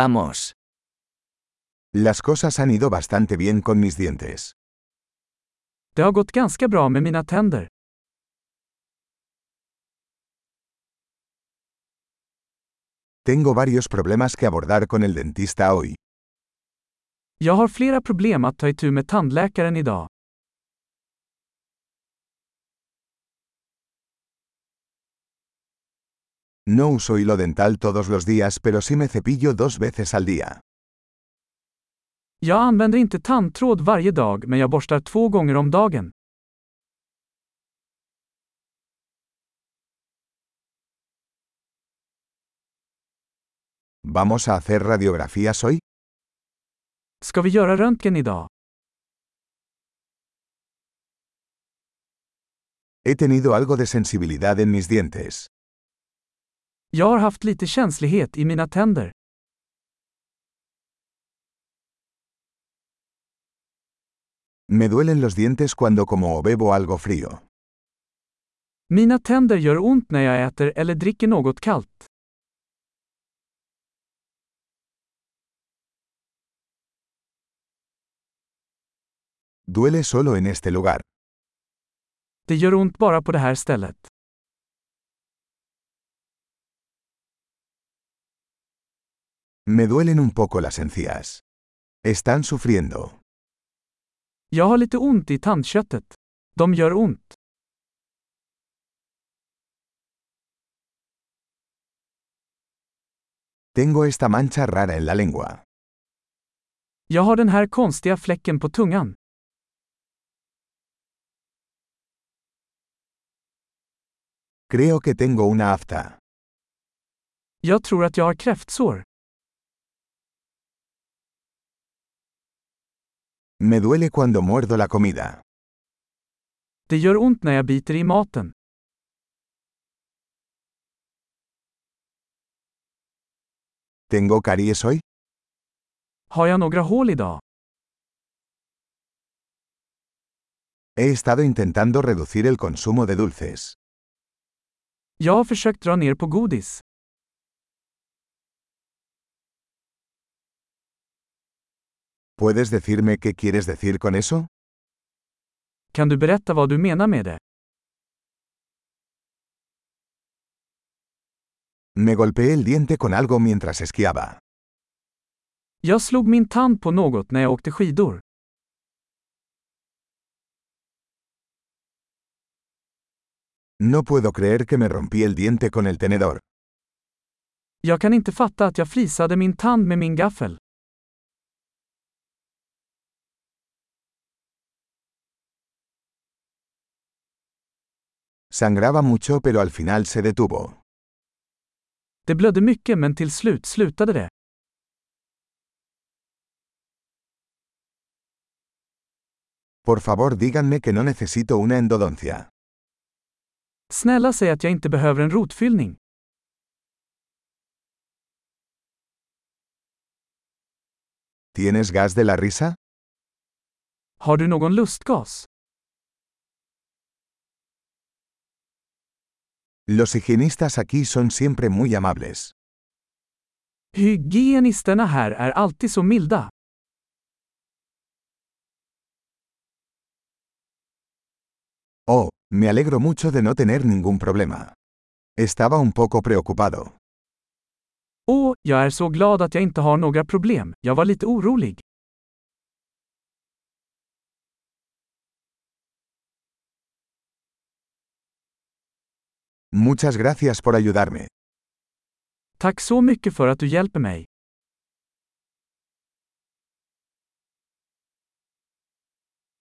Vamos. Las cosas han ido bastante bien con mis dientes. Det har gått ganska bra med mina tänder. Tengo varios problemas que abordar con el dentista hoy. Jag har flera problem att ta itu med tandläkaren idag. No uso hilo dental todos los días, pero sí me cepillo dos veces al día. Jag använder inte tandtråd varje dag men jag borstar två gånger om dagen. ¿Vamos a hacer radiografías hoy? Ska vi göra röntgen idag? He tenido algo de sensibilidad en mis dientes. Jag har haft lite känslighet i mina tänder. Me duelen los dientes cuando como o bebo algo frío. Mina tänder gör ont när jag äter eller dricker något kallt. Duele solo en este lugar. Det gör ont bara på det här stället. Me duelen un poco las encías. Están sufriendo. Jag har lite ont i tandköttet. De gör ont. Tengo esta mancha rara en la lengua. Jag har den här konstiga fläcken på tungan. Creo que tengo una afta. Jag tror att jag har kräftsår. Me duele cuando muerdo la comida. Det gör ont när jag biter i maten. ¿Tengo caries hoy? Har jag några hål idag? He estado intentando reducir el consumo de dulces. Jag har försökt dra ner på godis. ¿Puedes decirme qué quieres decir con eso? Kan du berätta vad du menar med det? Me golpeé el diente con algo mientras esquiaba. Jag slog min tand på något när jag åkte skidor. No puedo creer que me rompí el diente con el tenedor. Jag kan inte fatta att jag flisade min tand med min gaffel. Sangraba mucho pero al final se detuvo. Det blödde mycket men till slut slutade det. Por favor díganme que no necesito una endodoncia. Snälla säg att jag inte behöver en rotfyllning. ¿Tienes gas de la risa? Har du någon lustgas? Los higienistas aquí son siempre muy amables. Hygienisterna här är alltid så milda. Oh, me alegro mucho de no tener ningún problema. Estaba un poco preocupado. Åh, jag är så glad att jag inte har några problem. Jag var lite orolig. Muchas gracias por ayudarme. Tack så mycket för att du hjälper mig.